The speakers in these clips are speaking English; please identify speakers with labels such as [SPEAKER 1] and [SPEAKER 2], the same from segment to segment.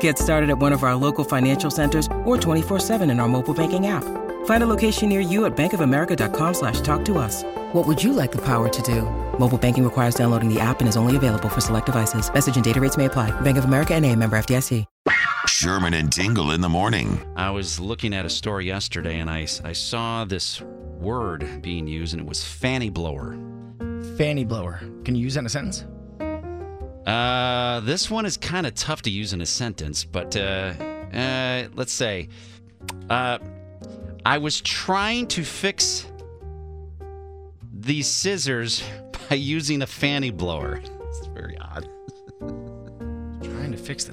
[SPEAKER 1] Get started at one of our local financial centers or 24-7 in our mobile banking app. Find a location near you at bankofamerica.com slash talk to us. What would you like the power to do? Mobile banking requires downloading the app and is only available for select devices. Message and data rates may apply. Bank of America and a member FDIC.
[SPEAKER 2] Sherman and Tingle in the morning.
[SPEAKER 3] I was looking at a store yesterday and I, I saw this word being used and it was fanny blower.
[SPEAKER 4] Fanny blower. Can you use that in a sentence?
[SPEAKER 3] Uh, this one is kind of tough to use in a sentence, but uh, uh, let's say uh, I was trying to fix these scissors by using a fanny blower. It's very odd.
[SPEAKER 4] Trying to fix the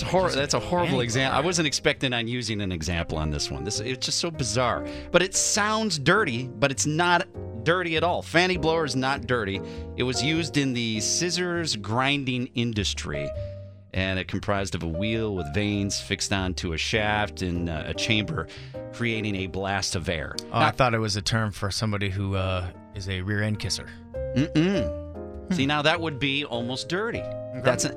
[SPEAKER 3] That's, hor- that's a horrible example. I wasn't expecting on using an example on this one. This it's just so bizarre. But it sounds dirty, but it's not dirty at all. Fanny blower is not dirty. It was used in the scissors grinding industry, and it comprised of a wheel with veins fixed onto a shaft in uh, a chamber, creating a blast of air.
[SPEAKER 4] Oh, I thought it was a term for somebody who uh, is a rear end kisser.
[SPEAKER 3] Mm-mm. See, now that would be almost dirty. That's, a,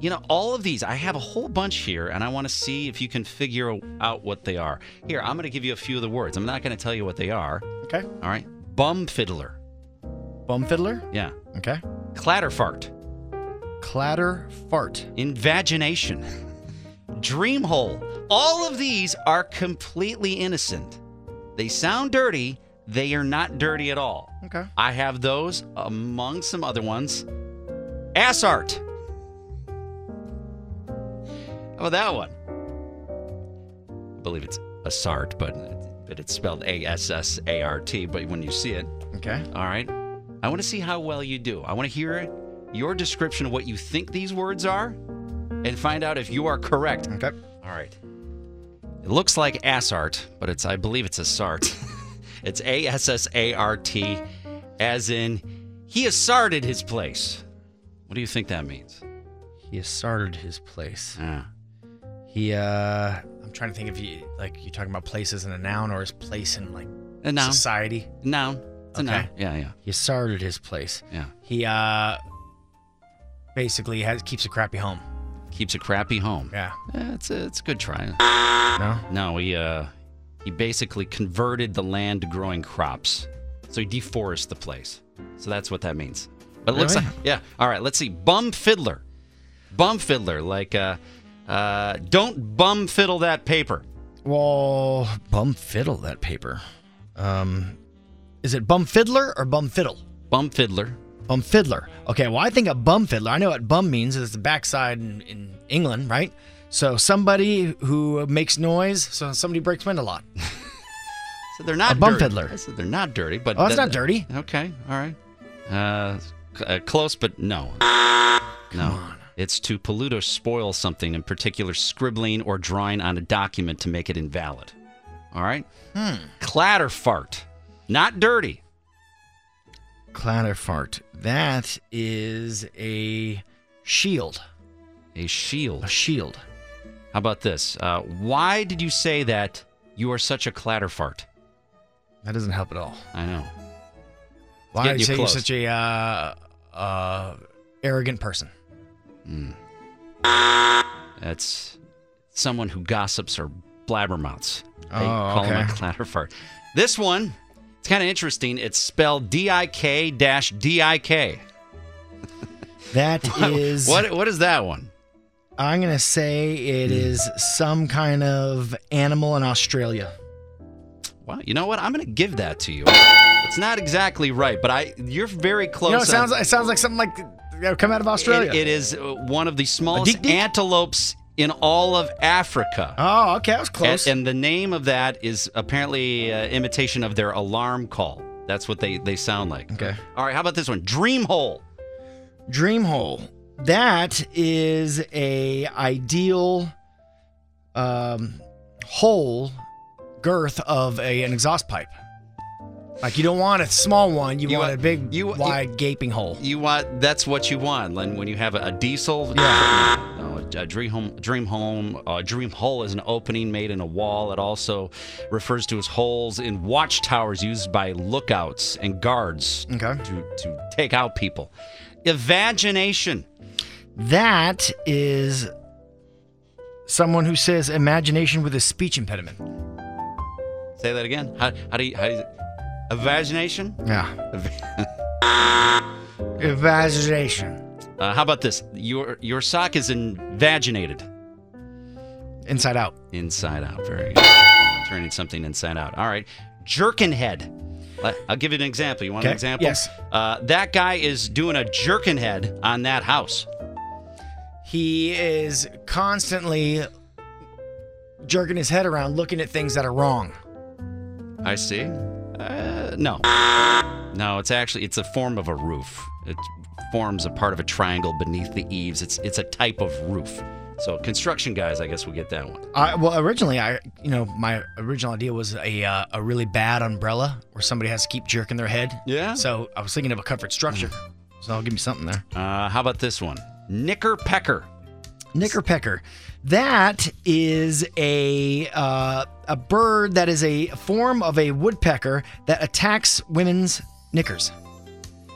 [SPEAKER 3] you know, all of these. I have a whole bunch here, and I want to see if you can figure out what they are. Here, I'm going to give you a few of the words. I'm not going to tell you what they are.
[SPEAKER 4] Okay.
[SPEAKER 3] All right. Bum fiddler.
[SPEAKER 4] Bum fiddler.
[SPEAKER 3] Yeah.
[SPEAKER 4] Okay.
[SPEAKER 3] Clatterfart.
[SPEAKER 4] Clatter fart.
[SPEAKER 3] Invagination. Dream hole. All of these are completely innocent. They sound dirty. They are not dirty at all.
[SPEAKER 4] Okay.
[SPEAKER 3] I have those among some other ones. Ass art. How about that one? I believe it's assart, but but it's spelled A S S A R T. But when you see it,
[SPEAKER 4] Okay.
[SPEAKER 3] all right. I want to see how well you do. I want to hear your description of what you think these words are, and find out if you are correct.
[SPEAKER 4] Okay.
[SPEAKER 3] All right. It looks like ass art, but it's I believe it's a sart. it's A S S A R T, as in he has sarted his place. What do you think that means?
[SPEAKER 4] He has started his place.
[SPEAKER 3] Ah.
[SPEAKER 4] He. uh I'm trying to think if you like you talking about place as in a noun or his place in like
[SPEAKER 3] A noun.
[SPEAKER 4] society.
[SPEAKER 3] Noun. It's a
[SPEAKER 4] Okay.
[SPEAKER 3] noun. Yeah, yeah,
[SPEAKER 4] He started his place.
[SPEAKER 3] yeah.
[SPEAKER 4] He uh basically has keeps a crappy home.
[SPEAKER 3] Keeps a crappy home.
[SPEAKER 4] Yeah.
[SPEAKER 3] Eh, it's a it's a good try.
[SPEAKER 4] No.
[SPEAKER 3] No, he uh he basically converted the land to growing crops. So he deforests the place. So that's what that means. But it looks
[SPEAKER 4] Really?
[SPEAKER 3] like yeah. All right, let's see. Bum fiddler. Bum fiddler, like uh uh don't bum fiddle that paper.
[SPEAKER 4] Well, bum fiddle that paper. Um, is it bum fiddler or bum fiddle?
[SPEAKER 3] Bum fiddler.
[SPEAKER 4] Bum fiddler. Okay, well, I think a bum fiddler. I know what bum means is the backside in, in England, right? So somebody who makes noise. So somebody breaks wind a lot.
[SPEAKER 3] So they're not
[SPEAKER 4] A bum
[SPEAKER 3] dirty.
[SPEAKER 4] fiddler.
[SPEAKER 3] I said they're not dirty, but
[SPEAKER 4] Oh, that's
[SPEAKER 3] that-
[SPEAKER 4] not dirty.
[SPEAKER 3] Okay, all right. Uh, c- uh close, but no. no. It's to pollute or spoil something, in particular scribbling or drawing on a document to make it invalid. All right.
[SPEAKER 4] Hmm.
[SPEAKER 3] Clatter fart, not dirty.
[SPEAKER 4] Clatterfart. That is a shield.
[SPEAKER 3] A shield.
[SPEAKER 4] A shield.
[SPEAKER 3] How about this? Uh, why did you say that? You are such a clatter fart.
[SPEAKER 4] That doesn't help at all.
[SPEAKER 3] I know.
[SPEAKER 4] Why
[SPEAKER 3] getting
[SPEAKER 4] are you
[SPEAKER 3] you
[SPEAKER 4] say
[SPEAKER 3] close.
[SPEAKER 4] you're such a uh, uh, arrogant person?
[SPEAKER 3] That's someone who gossips or blabbermouths. I
[SPEAKER 4] Oh,
[SPEAKER 3] call him a
[SPEAKER 4] okay.
[SPEAKER 3] clatter fart. This one, it's kind of interesting. It's spelled D I K dash D I K.
[SPEAKER 4] That is
[SPEAKER 3] What what is that one?
[SPEAKER 4] I'm gonna say it is some kind of animal in Australia.
[SPEAKER 3] Well, you know what? I'm gonna give that to you. It's not exactly right, but I you're very close. uh,
[SPEAKER 4] You know, it
[SPEAKER 3] on-
[SPEAKER 4] sounds like, it sounds like something like that would come out of Australia.
[SPEAKER 3] It, it is uh, one of the smallest
[SPEAKER 4] deek deek?
[SPEAKER 3] antelopes in all of Africa.
[SPEAKER 4] Oh, okay, that was close.
[SPEAKER 3] And, and the name of that is apparently uh, imitation of their alarm call. That's what they, they sound like.
[SPEAKER 4] Okay.
[SPEAKER 3] All right. How about this one? Dream hole.
[SPEAKER 4] Dream hole. That is a ideal um, hole girth of a, an exhaust pipe. Like you don't want a small one, you,
[SPEAKER 3] You
[SPEAKER 4] want
[SPEAKER 3] want-
[SPEAKER 4] a big,
[SPEAKER 3] you- you-
[SPEAKER 4] wide, gaping hole.
[SPEAKER 3] You want that's what you want, Len. When you have a, a diesel. No, a dream home, dream home, uh, dream hole is an opening made in a wall. It also refers to as holes in watchtowers used by lookouts and guards
[SPEAKER 4] Okay.
[SPEAKER 3] to, to take out people. Evagination.
[SPEAKER 4] That is someone who says imagination with a speech impediment.
[SPEAKER 3] Say that again. How, how do you? How do you evagination.
[SPEAKER 4] Yeah. Imagination.
[SPEAKER 3] Uh, how about this? Your your sock is invaginated
[SPEAKER 4] Inside out.
[SPEAKER 3] inside out. Very good. Turning something inside out. All right. Jerkin head. Let- I'll give you an example. You want an
[SPEAKER 4] Okay.
[SPEAKER 3] example?
[SPEAKER 4] Yes.
[SPEAKER 3] Uh, that guy is doing a jerkin head on that house.
[SPEAKER 4] He is constantly jerking his head around looking at things that are wrong.
[SPEAKER 3] I see. Uh, no. No, it's actually it's a form of a roof. It forms a part of a triangle beneath the eaves. It's it's a type of roof. So construction guys, I guess will get that one.
[SPEAKER 4] I, well, originally, I you know my original idea was a uh, a really bad umbrella where somebody has to keep jerking their head.
[SPEAKER 3] Yeah?
[SPEAKER 4] So I was thinking of a covered structure. So I'll give me something there.
[SPEAKER 3] Uh, how about this one? Knickerpecker.
[SPEAKER 4] Knickerpecker. That is a uh, a bird that is a form of a woodpecker that attacks women's knickers.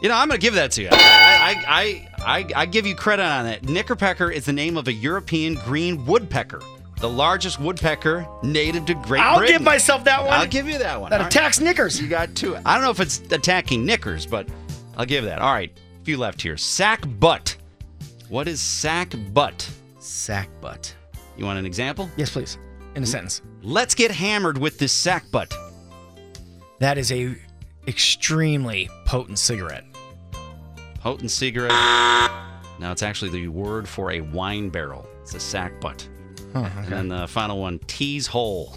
[SPEAKER 3] You know, I'm going to give that to you. I, I, I, I, I give you credit on that. Knickerpecker is the name of a European green woodpecker, the largest woodpecker native to Great
[SPEAKER 4] I'll
[SPEAKER 3] Britain.
[SPEAKER 4] give myself that one.
[SPEAKER 3] I'll give you that one.
[SPEAKER 4] that
[SPEAKER 3] All right.
[SPEAKER 4] attacks knickers.
[SPEAKER 3] You got two. I don't know if it's attacking knickers, but I'll give that. All right, a few left here. Sack butt. What is sack butt?
[SPEAKER 4] Sack butt. Hmm.
[SPEAKER 3] You want an example?
[SPEAKER 4] Yes, please. In a sentence.
[SPEAKER 3] Let's get hammered with this sack butt.
[SPEAKER 4] That is a extremely potent cigarette.
[SPEAKER 3] Potent cigarette. Now it's actually the word for a wine barrel. It's a sack butt.
[SPEAKER 4] Huh,
[SPEAKER 3] And then the final one, tease hole.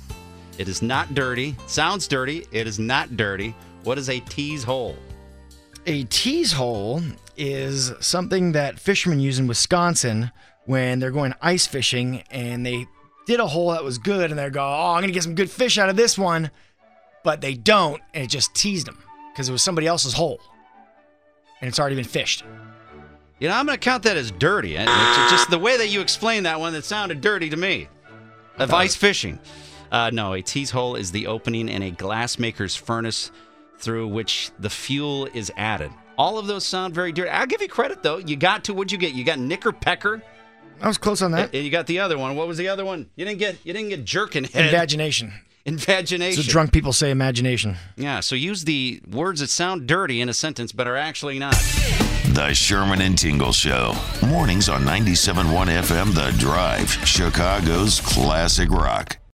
[SPEAKER 3] It is not dirty. Sounds dirty. It is not dirty. What is a tease hole?
[SPEAKER 4] A tease hole is something that fishermen use in Wisconsin when they're going ice fishing and they did a hole that was good and they go, oh, I'm going to get some good fish out of this one. But they don't, and it just teased them because it was somebody else's hole and it's already been fished.
[SPEAKER 3] You know, I'm going to count that as dirty. And it's just the way that you explained that one, that sounded dirty to me. Of ice fishing. Uh, no, a tease hole is the opening in a glassmaker's furnace through which the fuel is added. All of those sound very dirty. I'll give you credit, though. You got to, what'd you get? You got knickerpecker,
[SPEAKER 4] I was close on
[SPEAKER 3] and
[SPEAKER 4] that.
[SPEAKER 3] and you got the other one. What was the other one? You didn't get, you didn't get jerkin head.
[SPEAKER 4] Invagination.
[SPEAKER 3] Invagination.
[SPEAKER 4] So drunk people say imagination.
[SPEAKER 3] Yeah, so use the words that sound dirty in a sentence but are actually not.
[SPEAKER 2] The Sherman and Tingle Show. Mornings on 97.1 FM The Drive, Chicago's classic rock.